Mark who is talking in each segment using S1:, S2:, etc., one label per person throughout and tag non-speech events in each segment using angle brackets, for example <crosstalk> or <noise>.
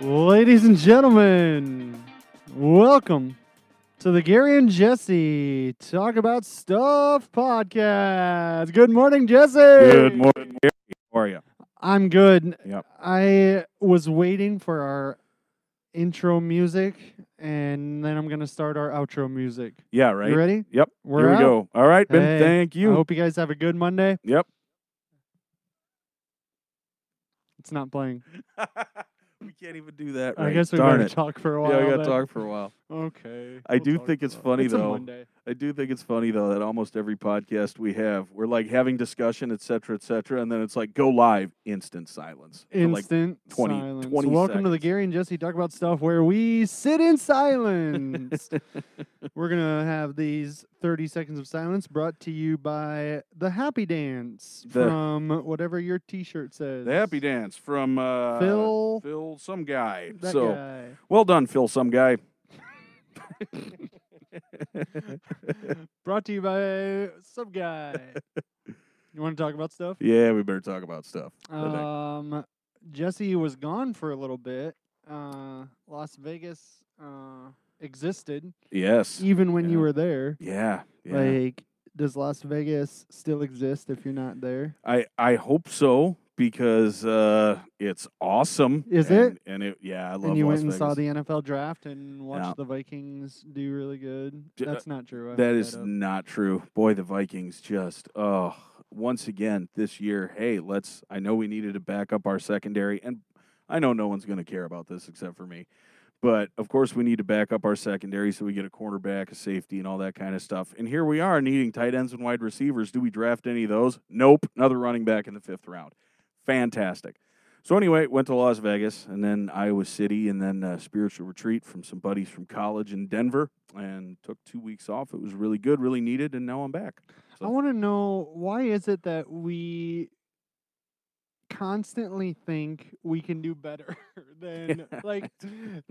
S1: Ladies and gentlemen, welcome to the Gary and Jesse Talk About Stuff podcast. Good morning, Jesse.
S2: Good morning, Gary. How are you?
S1: I'm good.
S2: Yep.
S1: I was waiting for our intro music, and then I'm going to start our outro music.
S2: Yeah, right.
S1: You ready?
S2: Yep.
S1: We're
S2: Here we
S1: out.
S2: go. All right, Ben.
S1: Hey,
S2: thank you.
S1: I hope you guys have a good Monday.
S2: Yep.
S1: It's not playing.
S2: <laughs> we can't even do that.
S1: I
S2: right.
S1: guess we
S2: Darn
S1: better
S2: it.
S1: talk for a while.
S2: Yeah, we got to
S1: then.
S2: talk for a while.
S1: Okay.
S2: I do
S1: talk
S2: think
S1: for a
S2: it's
S1: while.
S2: funny,
S1: It's a
S2: though.
S1: Monday.
S2: I do think it's funny though that almost every podcast we have, we're like having discussion, et cetera, et cetera, and then it's like go live, instant silence. for, like,
S1: Instant
S2: 20
S1: silence.
S2: 20
S1: Welcome to the
S2: seconds.
S1: Gary and Jesse talk about stuff where we sit in
S2: <laughs>
S1: silence. We're gonna have these thirty seconds of silence brought to you by the Happy Dance
S2: The-
S1: from whatever your T-shirt says.
S2: the happy dance from uh,
S1: Phil,
S2: Phil, some guy.
S1: that
S2: so
S1: guy.
S2: <laughs> well done, Phil, some guy.
S1: Brought to you by some
S2: <laughs>
S1: guy. you want to talk about stuff?
S2: Yeah, we better talk about stuff. I think.
S1: Um, Jesse was gone for a little bit. Uh, Las Vegas uh, existed
S2: yes.
S1: even when you
S2: Yeah.
S1: were there.
S2: Yeah. yeah.
S1: Like, does Las Vegas still exist if you're not there?
S2: I I hope so because uh, it's awesome.
S1: Is
S2: and, And it yeah, I love
S1: And you
S2: Las
S1: went and
S2: Vegas.
S1: saw the NFL draft and watched
S2: Yeah.
S1: the Vikings do really good.
S2: J- uh,
S1: That's not true. I
S2: that
S1: made
S2: is
S1: up.
S2: not true. Boy, the Vikings just oh once again this year. Hey, let's. I know we needed to back up our secondary, and I know no one's going to care about this except for me. But of course, we need to back up our secondary so we get a cornerback, a safety, and all that kind of stuff. And here we are needing tight ends and wide receivers. Do we draft any of those? Nope. Another running back in the fifth round. Fantastic. So anyway, went to Las Vegas and then Iowa City and then uh spiritual retreat from some buddies from college in Denver and took two weeks off. It was really good, really needed, and now I'm back.
S1: I want to know why is it that we constantly think we can do better <laughs>
S2: <laughs>
S1: than like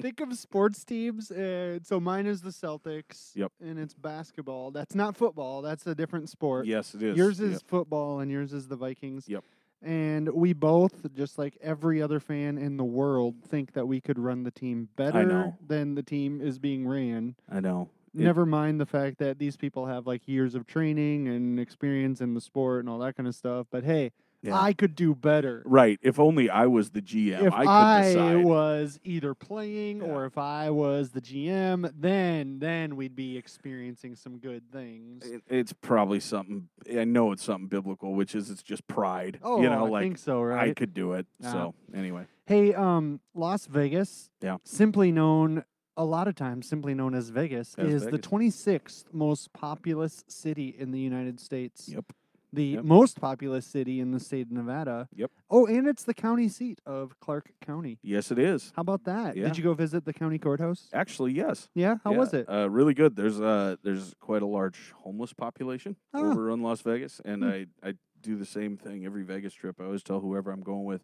S1: think of sports teams and so mine is the Celtics
S2: Yep.
S1: and it's basketball that's not football that's a different sport
S2: Yes, it is.
S1: yours
S2: Yeah.
S1: is football and yours is the Vikings
S2: Yep.
S1: and we both just like every other fan in the world think that we could run the team better
S2: know.
S1: than the team is being ran
S2: I know. It-
S1: Never mind the fact that these people have like years of training and experience in the sport and all that kind of stuff. But hey,
S2: Yeah.
S1: I could do better.
S2: Right. If only I was the GM,
S1: if
S2: I could
S1: I,
S2: decide.
S1: was either playing
S2: Yeah.
S1: or if I was the GM, then then we'd be experiencing some good things.
S2: It- it's probably something. I know it's something biblical, which is it's just pride.
S1: oh,
S2: you know,
S1: I
S2: like
S1: think so,
S2: I
S1: right? Uh-huh.
S2: could do it.
S1: Nah.
S2: So anyway,
S1: hey, um, Las Vegas,
S2: Yeah.
S1: simply known a lot of times simply known as Vegas,
S2: As
S1: is the
S2: Vegas.
S1: 26th most populous city in the United States.
S2: yep.
S1: the
S2: Yep.
S1: most populous city in the state of Nevada.
S2: Yep.
S1: Oh, and it's the county seat of Clark County.
S2: Yes, it is.
S1: How about that?
S2: Yeah.
S1: Did you go visit the county courthouse?
S2: Actually, yes.
S1: Yeah. How
S2: Yeah,
S1: was it?
S2: Uh, really good. There's uh, there's quite a large homeless population
S1: Ah.
S2: over in Las Vegas, and
S1: Hmm.
S2: I I do the same thing every Vegas trip. I always tell whoever I'm going with,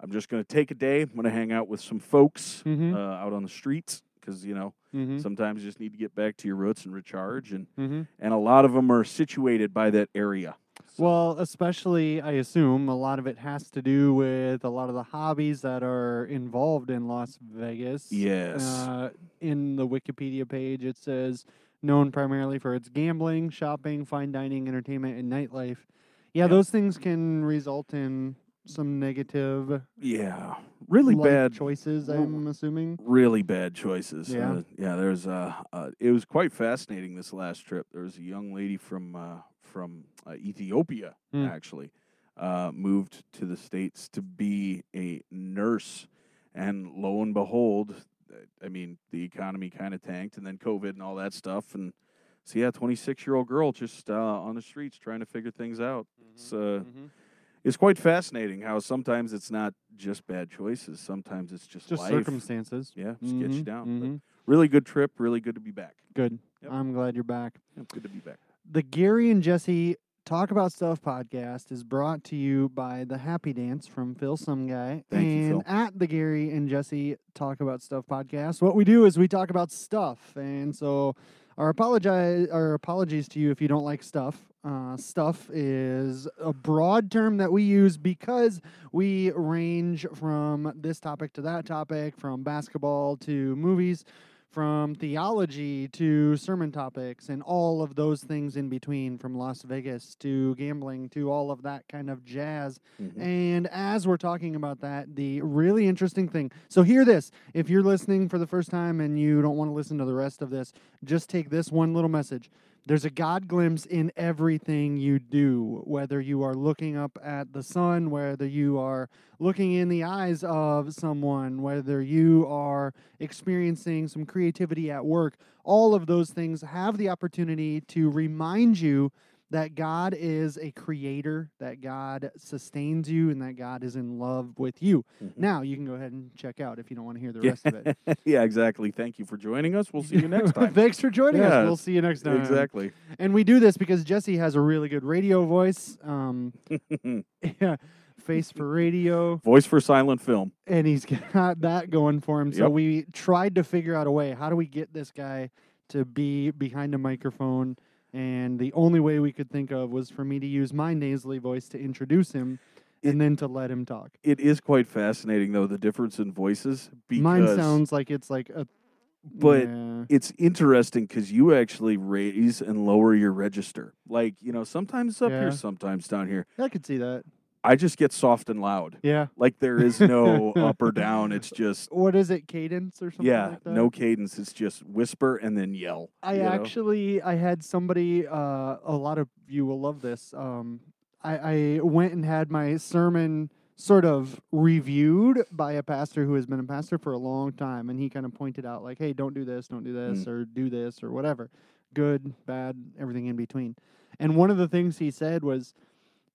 S2: I'm just going to take a day. I'm going to hang out with some folks
S1: Mm-hmm.
S2: uh, out on the streets because you know
S1: mm-hmm.
S2: sometimes you just need to get back to your roots and recharge, and
S1: mm-hmm.
S2: and a lot of them are situated by that area. So,
S1: Well, especially, I assume a lot of it has to do with a lot of the hobbies that are involved in Las Vegas.
S2: yes,
S1: Uh, in the Wikipedia page, it says known primarily for its gambling, shopping, fine dining, entertainment, and nightlife. Yeah,
S2: Yeah.
S1: those things can result in some negative,
S2: yeah, really
S1: life
S2: bad
S1: choices.
S2: Well,
S1: I'm assuming.
S2: really bad choices.
S1: Yeah.
S2: uh, yeah. There's uh, uh, it was quite fascinating this last trip. There was a young lady from uh, from uh, Ethiopia
S1: Hmm.
S2: actually uh, moved to the states to be a nurse, and lo and behold, uh, I mean the economy kind of tanked, and then COVID and all that stuff, and so yeah, 26 year old girl just uh, on the streets trying to figure things out. It's uh, it's quite fascinating how sometimes it's not just bad choices. Sometimes it's just,
S1: Just
S2: life.
S1: circumstances.
S2: Yeah, just get you
S1: Mhm,
S2: down. But
S1: mhm.
S2: Really good trip. Really good to be back.
S1: Good.
S2: Yep.
S1: I'm glad you're back.
S2: Yeah, good to be back.
S1: The Gary and Jesse Talk About Stuff podcast is brought to you by The Happy Dance from Phil Some Guy.
S2: Thank you,
S1: and
S2: Phil.
S1: at the Gary and Jesse Talk About Stuff podcast, what we do is we talk about stuff. And so Our apologize, our apologies to you if you don't like stuff. Uh, stuff is a broad term that we use because we range from this topic to that topic, from basketball to movies, from theology to sermon topics, and all of those things in between, from Las Vegas to gambling to all of that kind of jazz.
S2: Mhm.
S1: And as we're talking about that, the really interesting thing. So, hear this. If you're listening for the first time and you don't want to listen to the rest of this, just take this one little message. There's a God glimpse in everything you do, whether you are looking up at the sun, whether you are looking in the eyes of someone, whether you are experiencing some creativity at work. All of those things have the opportunity to remind you that God is a creator, that God sustains you, and that God is in love with you.
S2: Mhm.
S1: Now you can go ahead and check out if you don't want to hear the
S2: Yeah.
S1: rest of it.
S2: <laughs> yeah, exactly. Thank you for joining us. <laughs> We'll see
S1: <laughs>
S2: you next time.
S1: Thanks for joining
S2: Yeah,
S1: us. We'll see you next time.
S2: exactly.
S1: And we do this because Jesse has a really good radio voice.
S2: <laughs>
S1: Um, <laughs> yeah, face for radio.
S2: Voice for silent film.
S1: and he's <laughs> got that going for him. So
S2: Yep.
S1: we tried to figure out a way. How do we get this guy to be behind a microphone? And the only way we could think of was for me to use my nasally voice to introduce him, and then to let him talk.
S2: It is quite fascinating though the difference in voices because
S1: Mine sounds like it's like a,
S2: But
S1: yeah,
S2: it's interesting because you actually raise and lower your register. Like you know, sometimes up
S1: Yeah.
S2: here, sometimes down here.
S1: I could see that.
S2: I just get soft and loud.
S1: Yeah.
S2: Like there
S1: <laughs>
S2: is no up or down. It's just
S1: What is it? Cadence or something?
S2: yeah,
S1: like that?
S2: no cadence. It's just whisper and then yell.
S1: I
S2: you know?
S1: actually I had somebody uh, a lot of you will love this. Um, I, I went and had my sermon sort of reviewed by a pastor who has been a pastor for a long time and he kind of pointed out like, hey, don't do this, don't do
S2: Mm.
S1: this, or do this or whatever. Good, bad, everything in between. And one of the things he said was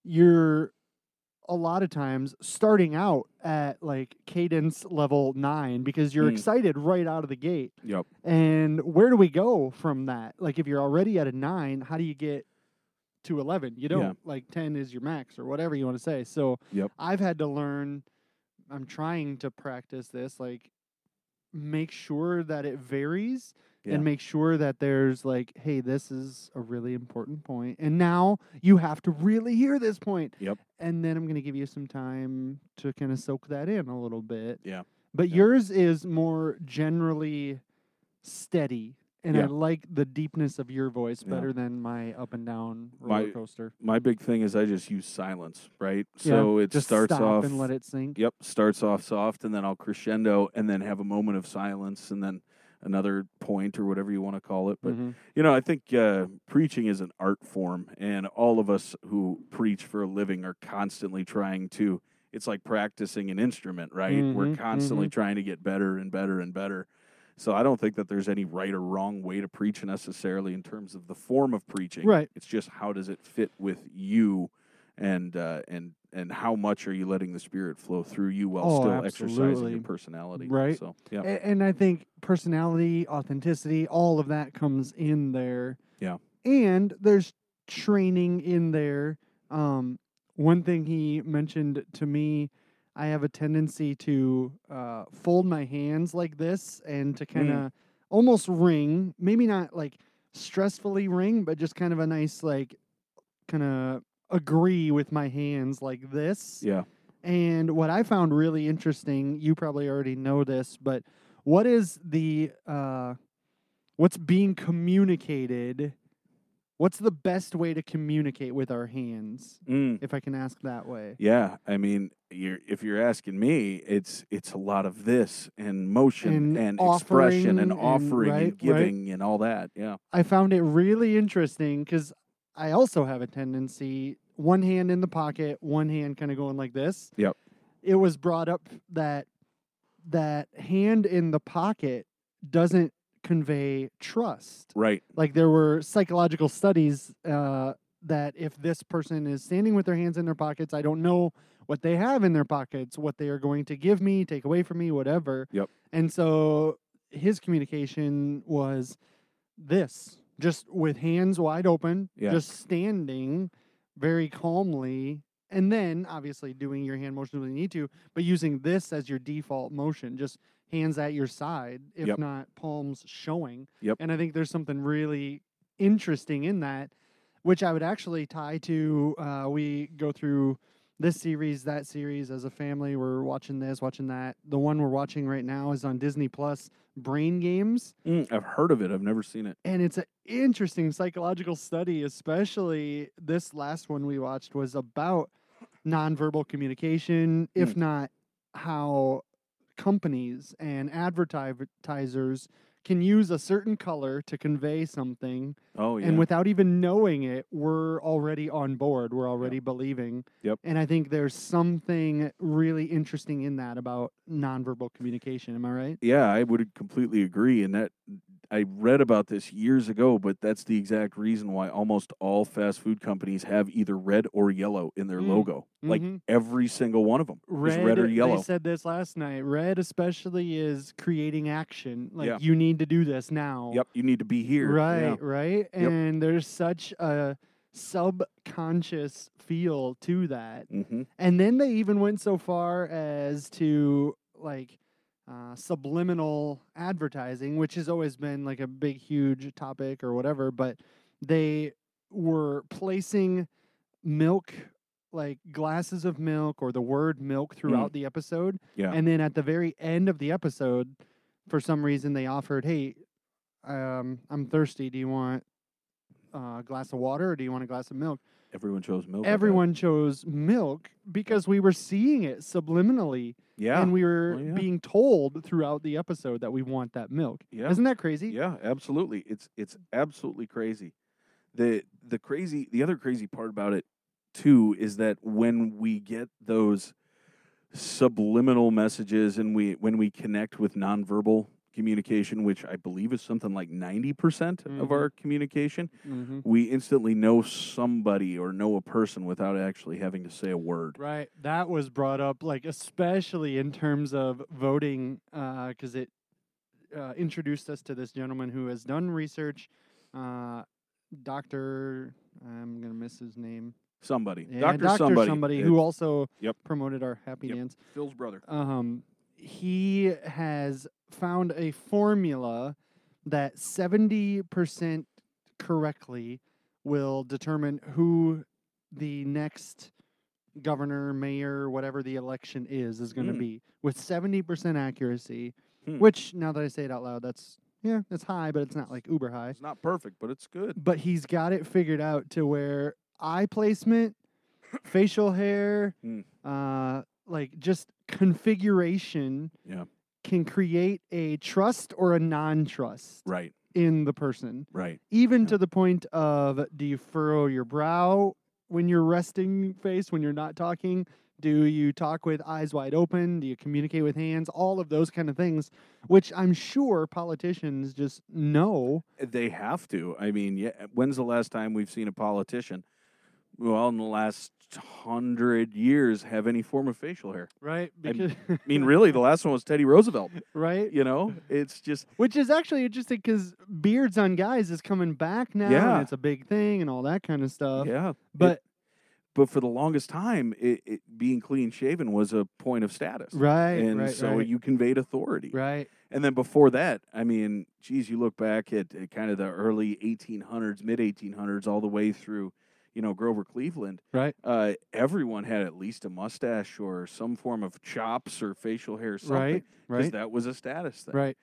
S1: you're a lot of times starting out at like cadence level nine because you're
S2: Mm.
S1: excited right out of the gate.
S2: Yep.
S1: And where do we go from that? Like, if you're already at a nine, how do you get to 11? You
S2: Yeah.
S1: don't. Like, 10 is your max or whatever you want to say. So,
S2: Yep.
S1: I've had to learn, I'm trying to practice this, like, make sure that it varies
S2: Yeah.
S1: and make sure that there's, like, hey, this is a really important point, And now you have to really hear this point.
S2: Yep.
S1: And then I'm going to give you some time to kind of soak that in a little bit.
S2: Yeah.
S1: But
S2: Yeah.
S1: yours is more generally steady. And I
S2: Yeah.
S1: like the deepness of your voice
S2: Yeah.
S1: better than my up and down roller
S2: My-
S1: coaster.
S2: My big thing is I just use silence, right?
S1: Yeah,
S2: So it
S1: Just
S2: starts
S1: stop
S2: off
S1: and let it sink.
S2: Yep, starts off soft and then I'll crescendo and then have a moment of silence and then another point or whatever you want to call it. But
S1: Mhm.
S2: you know, I think uh, preaching is an art form, and all of us who preach for a living are constantly trying to. It's like practicing an instrument, right? We're
S1: Mhm,
S2: constantly trying to get better and better and better. So I don't think that there's any right or wrong way to preach necessarily in terms of the form of preaching.
S1: Right.
S2: It's just how does it fit with you, and uh, and and how much are you letting the Spirit flow through you while
S1: Oh,
S2: still exercising
S1: absolutely.
S2: your personality?
S1: Right.
S2: So yeah.
S1: A- And I think personality, authenticity, all of that comes in there.
S2: Yeah.
S1: And there's training in there. Um, one thing he mentioned to me, I have a tendency to uh, fold my hands like this and
S2: Mm.
S1: to kind of almost ring, maybe not like stressfully ring, but just kind of a nice, like, kind of agree with my hands like this.
S2: Yeah.
S1: And what I found really interesting, you probably already know this, but what is the uh, what's being communicated? What's the best way to communicate with our hands,
S2: Mm.
S1: if I can ask that way?
S2: Yeah, I mean, you're, if you're asking me, it's it's a lot of this and motion
S1: And
S2: and, expression
S1: offering
S2: and
S1: and-
S2: offering and,
S1: right, right.
S2: giving and all that. Yeah,
S1: I found it really interesting because I also have a tendency one hand in the pocket, one hand kind of going like this.
S2: Yep.
S1: It was brought up that that hand in the pocket doesn't convey trust.
S2: right.
S1: like there were psychological studies uh, that if this person is standing with their hands in their pockets, I don't know what they have in their pockets, what they are going to give me, take away from me, whatever.
S2: Yep.
S1: And so his communication was this, just with hands wide open,
S2: Yeah.
S1: just standing very calmly. And then obviously doing your hand motions when you need to, but using this as your default motion, just hands at your side, if
S2: Yep.
S1: not palms showing.
S2: Yep.
S1: And I think there's something really interesting in that, which I would actually tie to uh, we go through this series, that series as a family. We're watching this, watching that. The one we're watching right now is on Disney Plus, Brain Games
S2: Mm, I've heard of it. I've never seen it.
S1: and it's an interesting psychological study especially this last one we watched was about nonverbal communication if
S2: Hmm.
S1: not how companies and advertisers can use a certain color to convey something
S2: Oh yeah.
S1: and without even knowing it we're already on board we're already believing
S2: Yep.
S1: and i think there's something really interesting in that about nonverbal communication am i right
S2: yeah, I would completely agree. And that I read about this years ago, but that's the exact reason why almost all fast food companies have either red or yellow in their
S1: Mm.
S2: logo. Like
S1: Mhm.
S2: every single one of them is red or
S1: They
S2: yellow.
S1: said this last night. Red, especially, is creating action. Like
S2: Yeah.
S1: you need to do this now.
S2: Yep, you need to be here.
S1: Right.
S2: Yeah.
S1: Right. And there's such a subconscious feel to that.
S2: hmm
S1: And then they even went so far as to like uh, subliminal advertising, which has always been like a big, huge topic or whatever. But they were placing milk, like glasses of milk or the word milk throughout the episode.
S2: Yeah.
S1: And then at the very end of the episode, for some reason, they offered, hey, um, I'm thirsty. Do you want uh, a glass of water or do you want a glass of milk?
S2: Everyone chose milk. I bet.
S1: everyone chose milk because we were seeing it subliminally
S2: Yeah.
S1: and we were
S2: Well, yeah.
S1: being told throughout the episode that we want that milk.
S2: yeah.
S1: Isn't that crazy?
S2: Yeah, absolutely. It's it's absolutely crazy. The the crazy the other crazy part about it too is that when we get those subliminal messages and we when we connect with nonverbal communication, which I believe is something like 90% percent
S1: Mhm.
S2: of our communication,
S1: Mm-hmm.
S2: we instantly know somebody or know a person without actually having to say a word.
S1: Right. That was brought up, like, especially in terms of voting, because it uh, introduced us to this gentleman who has done research. Uh, Dr. I'm going to miss his name.
S2: Somebody.
S1: Yeah,
S2: Doctor, somebody.
S1: who also
S2: Yep.
S1: promoted our Happy
S2: Yep.
S1: Dance.
S2: Phil's brother.
S1: um, he has found a formula that 70% correctly will determine who the next governor, mayor, whatever the election is, is going to
S2: Mm.
S1: be with 70% accuracy.
S2: Hmm.
S1: Which, now that I say it out loud, that's yeah, it's high, but it's not like uber high
S2: It's not perfect, but it's good.
S1: but he's got it figured out to where eye placement, facial hair,
S2: Mm.
S1: uh, like just configuration
S2: Yeah.
S1: can create a trust or a non trust
S2: Right,
S1: in the person,
S2: right.
S1: even
S2: Yeah.
S1: to the point of do you furrow your brow when you're resting face, when you're not talking? Do you talk with eyes wide open? Do you communicate with hands? All of those kind of things, which I'm sure politicians just know.
S2: They have to. I mean, yeah. When's the last time we've seen a politician? Well, in the last hundred years, have any form of facial hair?
S1: Right?
S2: I'm- I mean, really, the last one was Teddy Roosevelt.
S1: <laughs> right?
S2: You know, it's just
S1: Which is actually interesting because beards on guys is coming back now,
S2: Yeah.
S1: and it's a big thing and all that kind of stuff.
S2: yeah.
S1: But
S2: But for the longest time, it, it being clean shaven was a point of status,
S1: right,
S2: and
S1: right,
S2: so
S1: right,
S2: you conveyed authority.
S1: right,
S2: And then before that, I mean, geez, you look back at, at kind of the early 1800s, mid 1800s, all the way through, you know, Grover Cleveland.
S1: Right.
S2: Uh, everyone had at least a mustache or some form of chops or facial hair, something,
S1: right, right,
S2: that was a status thing.
S1: right.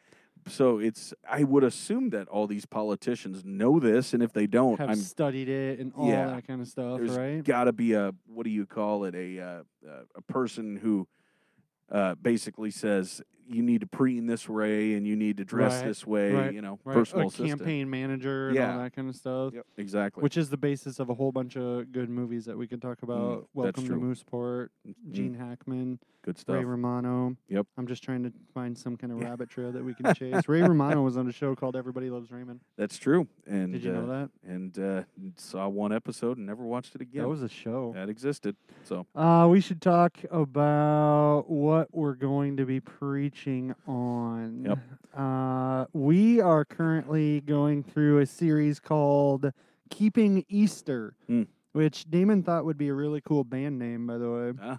S2: So it's, I would assume that all these politicians know this, and if they don't,
S1: Have
S2: I'm
S1: studied it and all
S2: Yeah.
S1: that kind of stuff,
S2: There's
S1: right?
S2: got to be a what do you call it a uh, uh, a person who uh, basically says you need to preen this way and you need to dress
S1: Right,
S2: this way
S1: right,
S2: you know
S1: Right, a
S2: personal assistant
S1: campaign manager and all
S2: Yeah.
S1: that kind of stuff,
S2: Yep, exactly
S1: which is the basis of a whole bunch of good movies that we could talk about. Welcome to
S2: Mm, true.
S1: Mooseport,
S2: Mm,
S1: Gene Hackman,
S2: good
S1: Ray
S2: stuff
S1: Romano.
S2: Yep.
S1: I'm just trying to find some kind of
S2: Yeah.
S1: rabbit trail that we
S2: <laughs>
S1: can chase. Ray Romano was on a show called Everybody Loves Raymond.
S2: that's true and
S1: Did you
S2: uh,
S1: know that?
S2: and uh, saw one episode and never watched it again
S1: That was a show.
S2: That existed so
S1: Uh, we should talk about what we're going to be preaching on.
S2: Yep.
S1: Uh, we are currently going through a series called Keeping Easter.
S2: Mm.
S1: which Damon thought would be a really cool band name, by the way.
S2: Ah.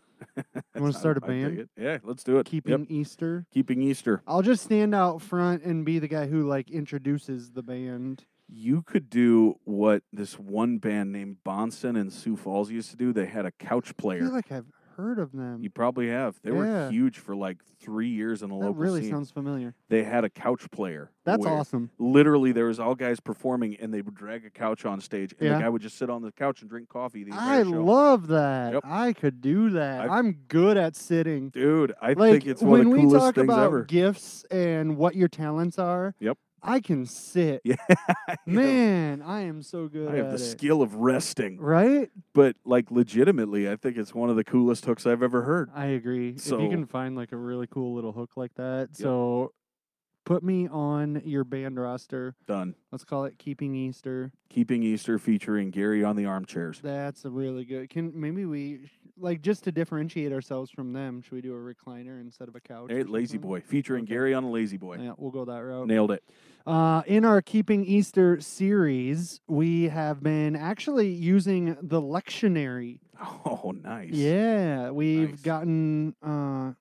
S1: You wanna
S2: I-
S1: start a
S2: I dig
S1: band?
S2: it. Yeah, let's do it. Yep,
S1: Keeping Easter.
S2: keeping Easter.
S1: I'll just stand out front and be the guy who like introduces the band.
S2: You could do what this one band named Bonson and Sioux Falls used to do. They had a couch
S1: I
S2: player.
S1: feel like I've heard of them.
S2: you probably have. They were
S1: Yeah.
S2: huge for like three years in the
S1: that
S2: local
S1: really
S2: scene.
S1: sounds familiar.
S2: they had a couch player.
S1: That's
S2: where
S1: awesome.
S2: Literally, there was all guys performing, and they would drag a couch on stage, and
S1: Yeah.
S2: the guy would just sit on the couch and drink coffee. The entire
S1: I
S2: show.
S1: love that.
S2: Yep.
S1: I could do that.
S2: I've-
S1: I'm good at sitting.
S2: Dude, I
S1: like
S2: think it's one of
S1: when
S2: the
S1: we
S2: coolest
S1: talk
S2: things
S1: about
S2: ever.
S1: gifts and what your talents are.
S2: Yep.
S1: I can sit.
S2: <laughs> <laughs> Yeah,
S1: Man, I am so good
S2: I have
S1: at
S2: the
S1: it.
S2: skill of resting.
S1: Right?
S2: But like legitimately, I think it's one of the coolest hooks I've ever heard.
S1: I agree. if
S2: So-
S1: you can find like a really cool little hook like that, so put me on your band roster.
S2: Done.
S1: Let's call it Keeping Easter.
S2: Keeping Easter featuring Gary on the armchairs.
S1: That's a really good. Can maybe we sh- like just to differentiate ourselves from them? Should we do a recliner instead of a couch?
S2: Hey,
S1: or
S2: Lazy
S1: something?
S2: Boy featuring
S1: Okay.
S2: Gary on a Lazy Boy.
S1: Yeah, we'll go that route.
S2: Nailed it. <laughs>
S1: Uh, in our Keeping Easter series, we have been actually using the lectionary.
S2: Oh, nice.
S1: Yeah, we've
S2: Nice.
S1: gotten. Uh,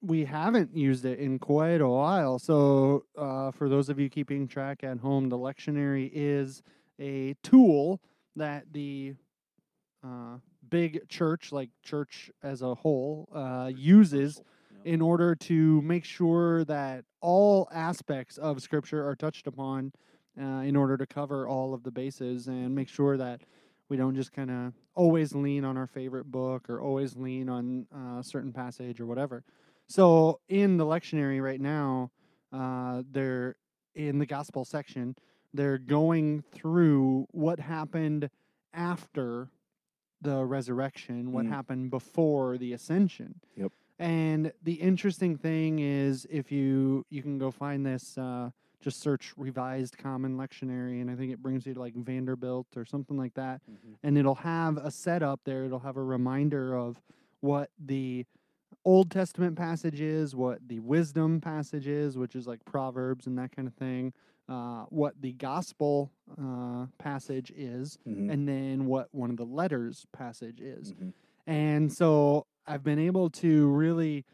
S1: we haven't used it in quite a while. So, uh, for those of you keeping track at home, the lectionary is a tool that the uh, big church, like church as a whole, uh, uses
S2: Yep.
S1: in order to make sure that all aspects of Scripture are touched upon uh, in order to cover all of the bases and make sure that we don't just kind of always lean on our favorite book or always lean on uh, a certain passage or whatever. So in the lectionary right now, uh, they're in the gospel section, they're going through what happened after the resurrection, what
S2: Mm.
S1: happened before the ascension.
S2: Yep.
S1: And the interesting thing is if you you can go find this uh, just search revised common lectionary and I think it brings you to like Vanderbilt or something like that
S2: Mhm.
S1: and it'll have a setup there. It'll have a reminder of what the Old Testament passage is, what the wisdom passage is, which is like Proverbs and that kind of thing, uh, what the gospel uh, passage is,
S2: Mhm.
S1: and then what one of the letters passage is.
S2: Mhm.
S1: And so I've been able to really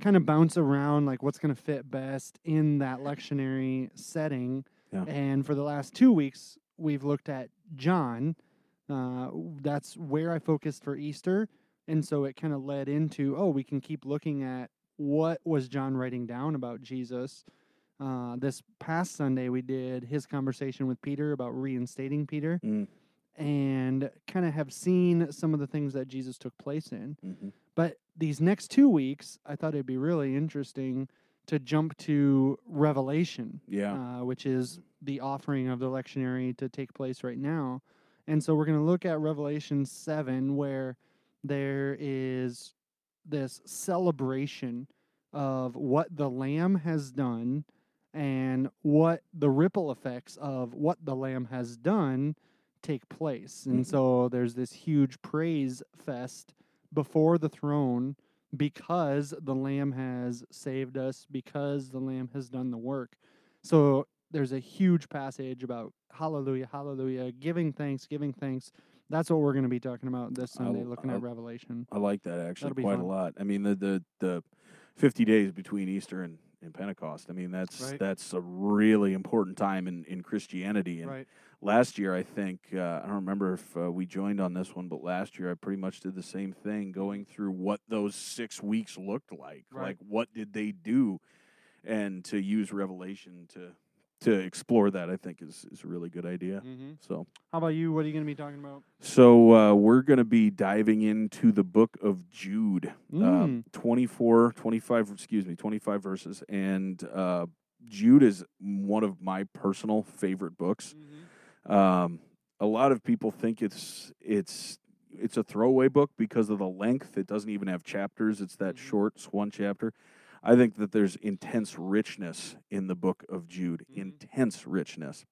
S1: kind of bounce around like what's going to fit best in that lectionary setting.
S2: Yeah.
S1: And for the last two weeks, we've looked at John. Uh, w- that's where I focused for Easter. And so it kind of led into oh, we can keep looking at what was John writing down about Jesus. Uh, this past Sunday, we did his conversation with Peter about reinstating Peter
S2: Mm.
S1: and kind of have seen some of the things that Jesus took place in.
S2: Mhm.
S1: But these next two weeks, I thought it'd be really interesting to jump to Revelation,
S2: Yeah.
S1: uh, which is the offering of the lectionary to take place right now. And so we're going to look at Revelation 7, where there is this celebration of what the Lamb has done and what the ripple effects of what the Lamb has done take place. And
S2: Mhm.
S1: so there's this huge praise fest before the throne because the Lamb has saved us, because the Lamb has done the work. So there's a huge passage about hallelujah, hallelujah, giving thanks, giving thanks. That's what we're going to be talking about this
S2: I'll-
S1: Sunday, looking
S2: I'll-
S1: at Revelation.
S2: I like that actually
S1: That'll be
S2: quite
S1: fun.
S2: a lot. I mean the the the fifty days between Easter and, and Pentecost. I mean that's
S1: Right.
S2: that's a really important time in, in Christianity. And
S1: Right.
S2: last year I think uh, I don't remember if uh, we joined on this one, but last year I pretty much did the same thing, going through what those six weeks looked like.
S1: Mm-hmm. Right.
S2: Like what did they do, and to use Revelation to to explore that I think is is a really good idea.
S1: Mm-hmm.
S2: So
S1: How about you? What are you going to be talking about?
S2: so uh, we're going to be diving into the book of Jude,
S1: Mm.
S2: um, 24, 25, excuse me, 25 verses. And uh, Jude is one of my personal favorite books.
S1: Mm-hmm.
S2: Um, a lot of people think it's it's it's a throwaway book because of the length. It doesn't even have chapters. It's that
S1: Mhm.
S2: short, it's one chapter. I think that there's intense richness in the book of Jude.
S1: Mhm.
S2: Intense richness.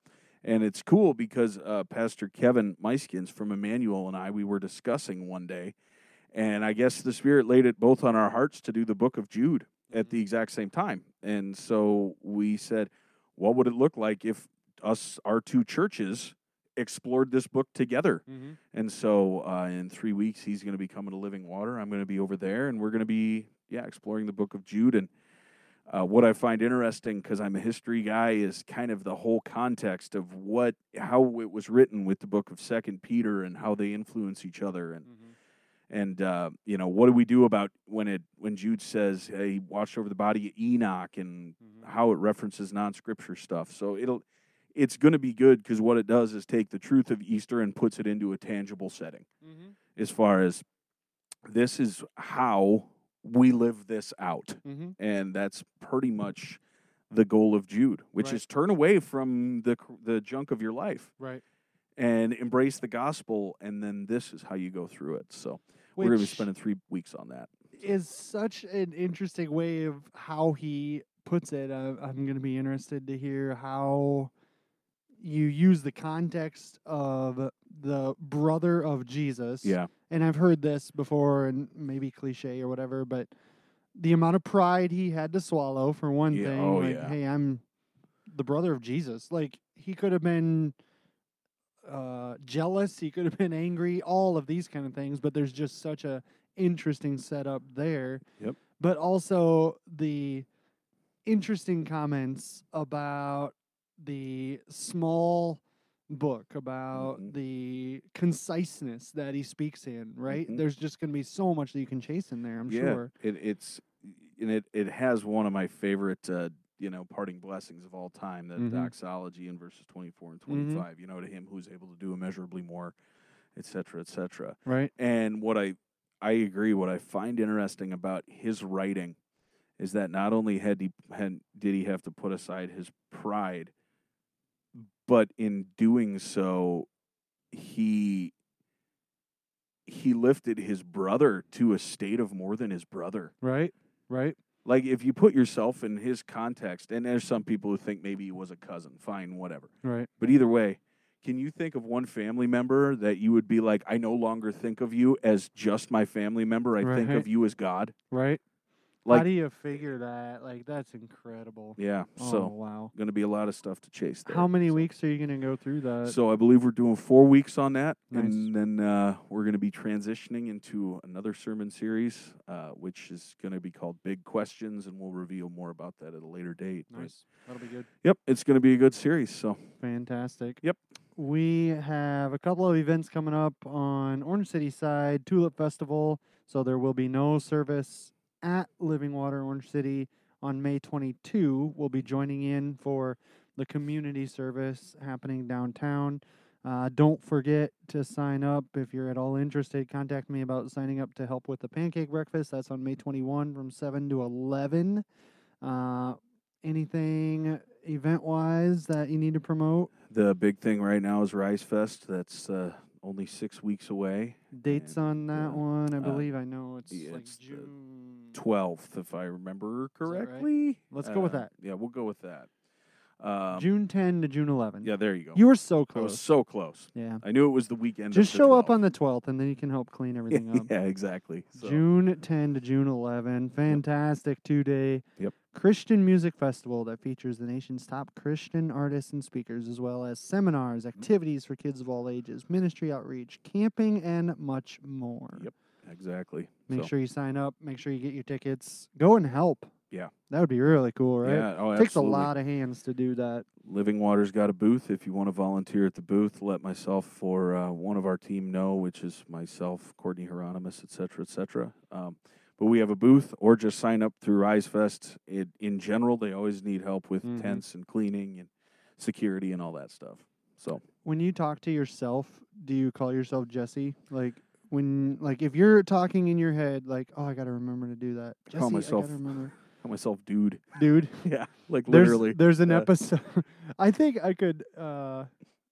S2: And it's cool because uh, Pastor Kevin Myskins from Emmanuel and I, we were discussing one day, and I guess the Spirit laid it both on our hearts to do the book of Jude at the exact same time. And so we said, what would it look like if us, our two churches, explored this book together.
S1: Mhm.
S2: And so uh, in three weeks, he's going to be coming to Living Water. I'm going to be over there, and we're going to be yeah exploring the Book of Jude. And uh, what I find interesting, because I'm a history guy, is kind of the whole context of what how it was written with the Book of Second Peter and how they influence each other. And and uh, you know what do we do about when it when Jude says hey, he watched over the body of Enoch and
S1: Mm-hmm.
S2: how it references non-scripture stuff. So it'll it's going to be good because what it does is take the truth of Easter and puts it into a tangible setting
S1: Mm-hmm.
S2: as far as this is how we live this out.
S1: Mm-hmm.
S2: And that's pretty much the goal of Jude, which
S1: Right.
S2: is turn away from the cr- the junk of your life
S1: Right.
S2: and embrace the gospel and then this is how you go through it. So we're going to be spending 3 weeks on that.
S1: is such an interesting way of how he puts it. I, I'm going to be interested to hear how you use the context of the brother of Jesus.
S2: Yeah.
S1: And I've heard this before and maybe cliche or whatever, but the amount of pride he had to swallow for one
S2: Yeah,
S1: thing.
S2: oh,
S1: like,
S2: yeah.
S1: hey, I'm the brother of Jesus. Like, he could have been uh jealous he could have been angry all of these kind of things but there's just such a interesting setup there.
S2: Yep.
S1: But also the interesting comments about the small book, about
S2: Mhm.
S1: the conciseness that he speaks in, right?
S2: Mhm.
S1: There's just going to be so much that you can chase in there, I'm
S2: yeah,
S1: sure.
S2: It, it's and it it has one of my favorite uh, you know parting blessings of all time, that
S1: Mhm.
S2: doxology in verses twenty four and
S1: Mm-hmm.
S2: twenty five. You know, to him who's able to do immeasurably more, et cetera, et cetera.
S1: Right?
S2: And what I I agree. What I find interesting about his writing is that not only had he had did he have to put aside his pride, but in doing so, he he lifted his brother to a state of more than his brother.
S1: Right? Right?
S2: Like if you put yourself in his context, and there's some people who think maybe he was a cousin, fine, whatever.
S1: Right.
S2: But either way, can you think of one family member that you would be like, I no longer think of you as just my family member. I think
S1: Right.
S2: of you as God.
S1: Right? How
S2: Like
S1: do you figure that? Like that's incredible.
S2: yeah.
S1: oh,
S2: So
S1: wow.
S2: gonna be a lot of stuff to chase there.
S1: How many
S2: So-
S1: weeks are you going to go through that?
S2: So I believe we're doing four weeks on that,
S1: Nice.
S2: and then uh, we're going to be transitioning into another sermon series, uh, which is going to be called "Big Questions," and we'll reveal more about that at a later date. but-
S1: nice. That'll be good.
S2: Yep, it's going to be a good series. So
S1: Fantastic.
S2: Yep.
S1: We have a couple of events coming up on Orange City side, Tulip Festival. So there will be no service at Living Water Orange City on May 22. We'll be joining in for the community service happening downtown. Uh, don't forget to sign up if you're at all interested. Contact me about signing up to help with the pancake breakfast. That's on May 21 from 7 to 11. Uh, anything event wise that you need to promote?
S2: the big thing right now is Rise Fest. That's uh, only six weeks away.
S1: Dates
S2: And,
S1: on that
S2: uh,
S1: one, I
S2: uh,
S1: believe I know it's
S2: yeah,
S1: like
S2: it's the
S1: June.
S2: Twelfth, if I remember
S1: that right?
S2: correctly.
S1: Let's go with
S2: Uh,
S1: that.
S2: Yeah, we'll go with that. Um,
S1: June 10 to June 11.
S2: Yeah, there you go.
S1: You were so
S2: I was
S1: close.
S2: so close.
S1: yeah.
S2: I knew it was the weekend.
S1: Just
S2: of the
S1: show up
S2: 12th.
S1: on the 12th and then you can help clean everything up.
S2: <laughs> yeah, exactly. So,
S1: June 10 to June 11. Fantastic two day
S2: Yep.
S1: Christian music festival that features the nation's top Christian artists and speakers, as well as seminars,
S2: Mm-hmm.
S1: activities for kids of all ages, ministry outreach, camping, and much more.
S2: Yep. Exactly.
S1: Make
S2: So,
S1: sure you sign up. Make sure you get your tickets. Go and help.
S2: Yeah.
S1: That would be really cool, right?
S2: Yeah, oh,
S1: it takes
S2: absolutely.
S1: a lot of hands to do that.
S2: Living Water's got a booth. If you want to volunteer at the booth, let myself or uh, one of our team know, which is myself, Courtney Hieronymus, et cetera, et cetera. Um, but we have a booth, or just sign up through Rise Fest. It, in general, they always need help with
S1: Mhm.
S2: tents and cleaning and security and all that stuff. So
S1: When you talk to yourself, do you call yourself Jesse? Like when like if you're talking in your head like, "Oh, I got to remember to do that." Jesse,
S2: Call myself-
S1: I got to remember.
S2: call myself dude. <laughs>
S1: Dude,
S2: Yeah, like
S1: there's
S2: literally.
S1: there's an
S2: yeah.
S1: episode. <laughs> I think I could uh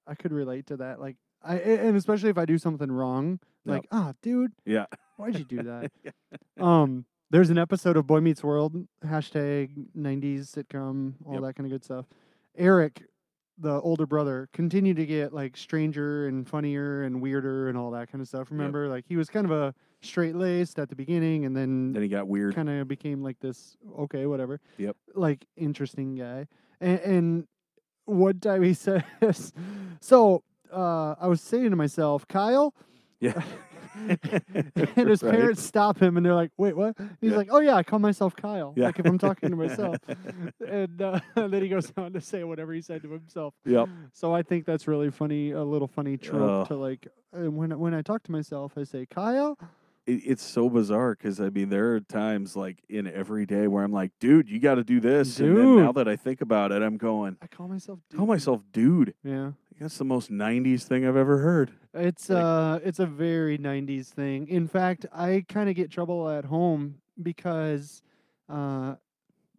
S1: I could relate to that. Like I a- and especially if I do something wrong,
S2: Yep.
S1: like, "Ah, dude,
S2: Yeah,
S1: Why'd you do
S2: <laughs>
S1: that? um, there's an episode of Boy Meets World hashtag '90s sitcom, all
S2: Yep.
S1: that kind of good stuff. Eric, the older brother, continued to get like stranger and funnier and weirder and all that kind of stuff. Remember, like he was kind of a straight laced at the beginning, and then
S2: then he got weird.
S1: kind of became like this okay whatever
S2: Yep.
S1: like <laughs> interesting guy and, and one time he says so uh, I was saying to myself,
S2: <laughs>
S1: Kyle, <laughs>
S2: Yeah.
S1: and his
S2: Right.
S1: parents stop him and they're like, "Wait, what?" And he's
S2: Yeah.
S1: like, "Oh yeah, I call myself Kyle.
S2: Yeah.
S1: Like if I'm talking to
S2: <laughs>
S1: myself." and uh, <laughs> then he goes on to say whatever he said to himself.
S2: Yep.
S1: So I think that's really funny, a little funny trope
S2: Oh.
S1: to like uh, when when I talk to myself, I say Kyle.
S2: It, it's so bizarre because I mean there are times like in every day where I'm like, dude, you got to do this, and then now
S1: Dude.
S2: that I think about it, I'm going,
S1: I call myself. Dude.
S2: call myself dude.
S1: Yeah,
S2: That's the most '90s thing I've ever
S1: <laughs>
S2: heard.
S1: it's
S2: Like-
S1: uh, it's a very '90s thing. In fact, I kind of get trouble at home because, uh,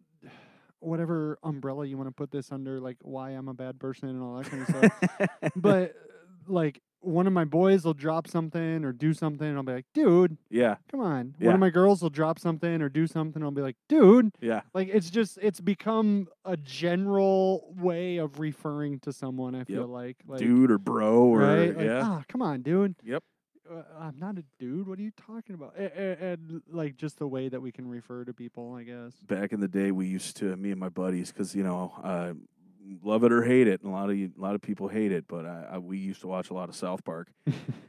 S1: <sighs> whatever umbrella you want to put this under, like why I'm a bad person and all that kind of stuff.
S2: <laughs>
S1: but uh, like one of my boys will drop something or do something and I'll be like, dude,
S2: yeah,
S1: come on.
S2: Yeah.
S1: One of my girls will drop something or do something and I'll be like, dude.
S2: yeah,
S1: Like it's just it's become a general way of referring to someone, I feel
S2: Yep.
S1: like. Like
S2: dude or bro or
S1: right? Like,
S2: yeah,
S1: ah, come on, dude.
S2: Yep.
S1: Uh, I'm not a dude. What are you talking about? And, and like just the way that we can refer to people, I
S2: <laughs>
S1: guess.
S2: back in the day we used to me and my buddies because you know uh, love it or hate it and a lot of you- a lot of people hate it but I, I, we used to watch a lot of
S1: <laughs>
S2: south park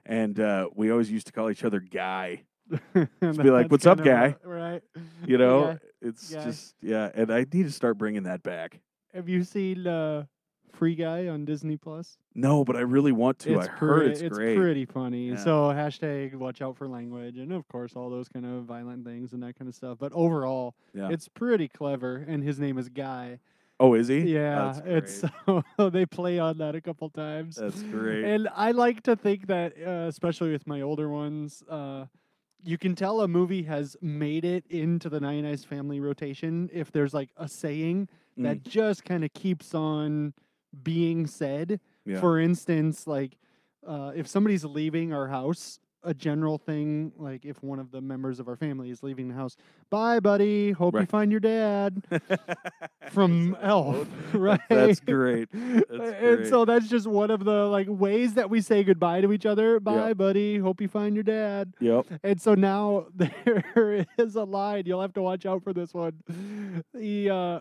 S2: and uh, we always used to call each other guy
S1: Just
S2: be like, "What's up, guy?"
S1: Right. Hey,
S2: you know
S1: guy.
S2: it's
S1: Guy.
S2: just yeah and i need to start bringing that back
S1: Have you seen uh, Free Guy on Disney Plus?
S2: no but i really want to i heard
S1: pre-
S2: it's, great
S1: pretty funny.
S2: Yeah.
S1: So hashtag watch out for language, and of course all those kind of violent things and that kind of stuff. But overall,
S2: Yeah.
S1: it's pretty clever. And his name is Guy.
S2: oh is he <laughs>
S1: Yeah,
S2: that's
S1: it's <laughs>
S2: great.
S1: so they play on that a couple times.
S2: that's great
S1: And I like to think that, uh, especially with my older ones, uh, you can tell a movie has made it into the Nyanized family rotation if there's like a saying
S2: Mm.
S1: that just kind of keeps on being said.
S2: Yeah.
S1: For instance, like uh, if somebody's leaving our house, a general thing, like if one of the members of our family is leaving the house, bye, buddy. Hope you
S2: Right.
S1: find your dad from
S2: That's
S1: Elf,
S2: old.
S1: <laughs> right?
S2: that's great
S1: and so that's just one of the like ways that we say goodbye to each other. Bye, buddy. Hope you find your dad.
S2: yep
S1: And so now <laughs> there is a line. You'll have to watch out for this one. The uh,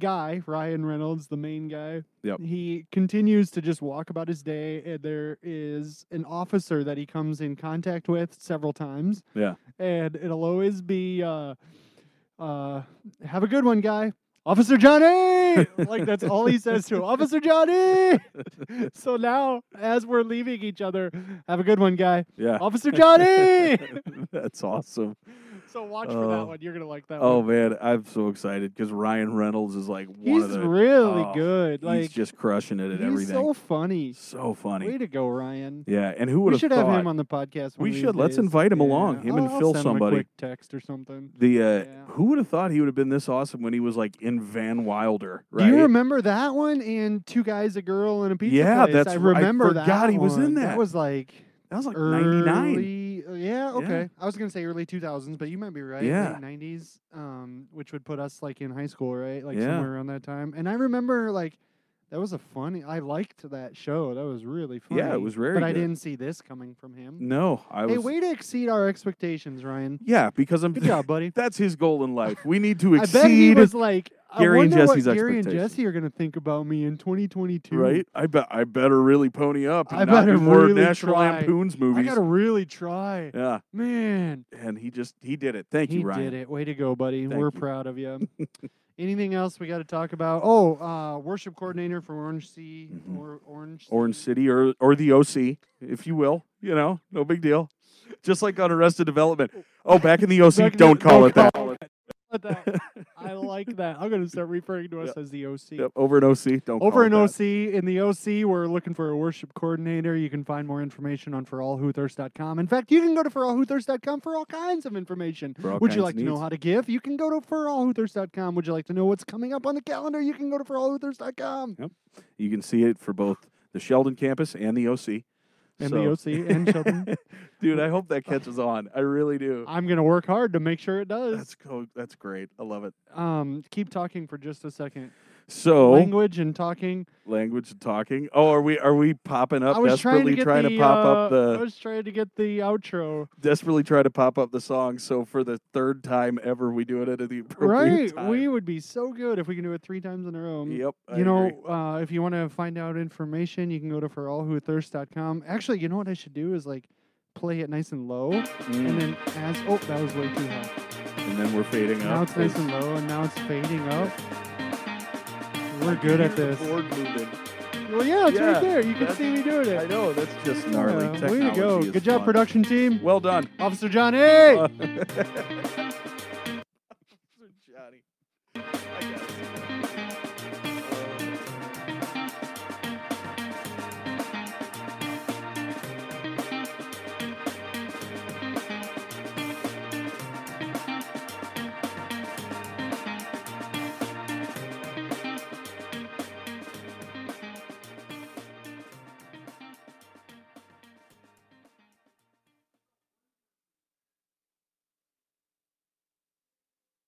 S1: guy, Ryan Reynolds, the main guy,
S2: Yep.
S1: he continues to just walk about his day. And there is an officer that he comes in contact with several times.
S2: Yeah.
S1: And it'll always be uh, uh, have a good one, guy. Officer Johnny! <laughs> like, that's all he says to him. Officer
S2: <laughs>
S1: Johnny! so now, as we're leaving each other, have a good one, guy.
S2: yeah
S1: Officer
S2: <laughs>
S1: Johnny.
S2: that's awesome
S1: so watch for
S2: Oh.
S1: that one. You're gonna like that
S2: Oh
S1: one.
S2: man, I'm so excited because Ryan Reynolds is like one
S1: he's
S2: of the
S1: really
S2: oh,
S1: good. Like
S2: he's just crushing it at
S1: he's
S2: everything.
S1: so funny.
S2: So funny.
S1: Way to go, Ryan.
S2: yeah, and who would
S1: We
S2: have
S1: should
S2: thought
S1: have him on the podcast. one
S2: We
S1: of
S2: should.
S1: these
S2: Let's
S1: days.
S2: invite him along,
S1: Yeah.
S2: him
S1: I'll,
S2: and
S1: I'll
S2: Phil
S1: send him a
S2: somebody.
S1: quick text or something.
S2: the uh,
S1: Yeah.
S2: who would have thought he would have been this awesome when he was like in Van Wilder, right?
S1: Do you remember that one? And two guys, a girl, and a pizza
S2: Yeah,
S1: place.
S2: that's
S1: I
S2: r- I
S1: remember that.
S2: forgot he was in
S1: one.
S2: that.
S1: was like
S2: that was like '99.
S1: early. uh, Yeah. Okay. I was gonna say early 2000s, but you might be right.
S2: Yeah.
S1: Late 90s, um, which would put us like in high school, right? Like
S2: Yeah.
S1: somewhere around that time. And I remember like that was a funny. I liked that show. That was really funny.
S2: Yeah, it was very.
S1: But I
S2: good.
S1: didn't see this coming from him.
S2: No, I was.
S1: hey, way to exceed our expectations, Ryan.
S2: Yeah, because I'm.
S1: Good job, buddy.
S2: <laughs> that's his goal in life. We need to
S1: I bet he
S2: exceed.
S1: was like,
S2: Gary
S1: I
S2: and
S1: wonder
S2: Jesse's
S1: what Gary and
S2: expectations.
S1: Jesse are gonna think about me in 2022.
S2: Right, I bet I better really pony up and
S1: I
S2: not do
S1: better
S2: more
S1: really
S2: National
S1: try.
S2: Lampoon's
S1: I
S2: movies.
S1: gotta really try,
S2: yeah,
S1: man.
S2: and he just he did it. <laughs> Thank
S1: he
S2: you, Ryan.
S1: did it. Way to go, buddy.
S2: Thank
S1: We're
S2: you.
S1: proud of
S2: <laughs>
S1: you. Anything else we got to talk about? Oh, uh, worship coordinator for Orange Sea
S2: Mhm.
S1: or Orange
S2: Orange City or or the OC, if you will. You know, no big deal. Just like on Arrested Development. Oh, back in the OC,
S1: Back in the-
S2: don't call
S1: don't
S2: it that.
S1: call But that-
S2: <laughs>
S1: I like that. I'm gonna start referring to us as the OC.
S2: Yep, over in OC, don't call
S1: Over
S2: it
S1: in
S2: that.
S1: OC, in the OC, we're looking for a worship coordinator. You can find more information on forallwhothirst.com. In fact, you can go to forallwhothirst.com for all kinds of information.
S2: For all
S1: Would you
S2: kinds
S1: like
S2: of
S1: to know
S2: needs.
S1: how to give? You can go to forallwhothirst.com. Would you like to know what's coming up on the calendar? You can go to forallwhothirst.com.
S2: You can see it for both the Sheldon campus and the OC.
S1: And the
S2: So- <laughs>
S1: OC and Sheldon.
S2: Dude, I hope that catches on. I really do.
S1: I'm gonna work hard to make sure it does.
S2: That's cool. That's great. I love it.
S1: Um, keep talking for just a second.
S2: So
S1: Language and talking.
S2: language and talking. Oh, are we are we popping up
S1: I was trying
S2: desperately
S1: to get
S2: trying
S1: the,
S2: to pop up
S1: uh, I
S2: the
S1: was trying to get the outro.
S2: desperately trying to pop up the song? So for the third time ever, we do it at the appropriate
S1: Right.
S2: time.
S1: We would be so good if we can do it three times in a row.
S2: Yep. I
S1: you know,
S2: agree.
S1: uh, if you want to find out information, you can go to forallwhothirst.com. Actually, you know what I should do is like play it nice and low, and
S2: Mm,
S1: then as oh that was way too high.
S2: and then we're fading
S1: Now
S2: up.
S1: it's nice
S2: 'cause
S1: and low, and now it's fading up.
S2: I
S1: We're
S2: can
S1: good at
S2: hear the
S1: this.
S2: board moving.
S1: Well, yeah, it's
S2: Yeah,
S1: right there. You can
S2: that's-
S1: see me doing
S2: I
S1: it.
S2: know that's just gnarly.
S1: Yeah, way to
S2: Technology
S1: go!
S2: is
S1: Good job,
S2: fun.
S1: production team. <laughs>
S2: Well done.
S1: Officer Johnny. A.
S2: Uh, Johnny. I got it.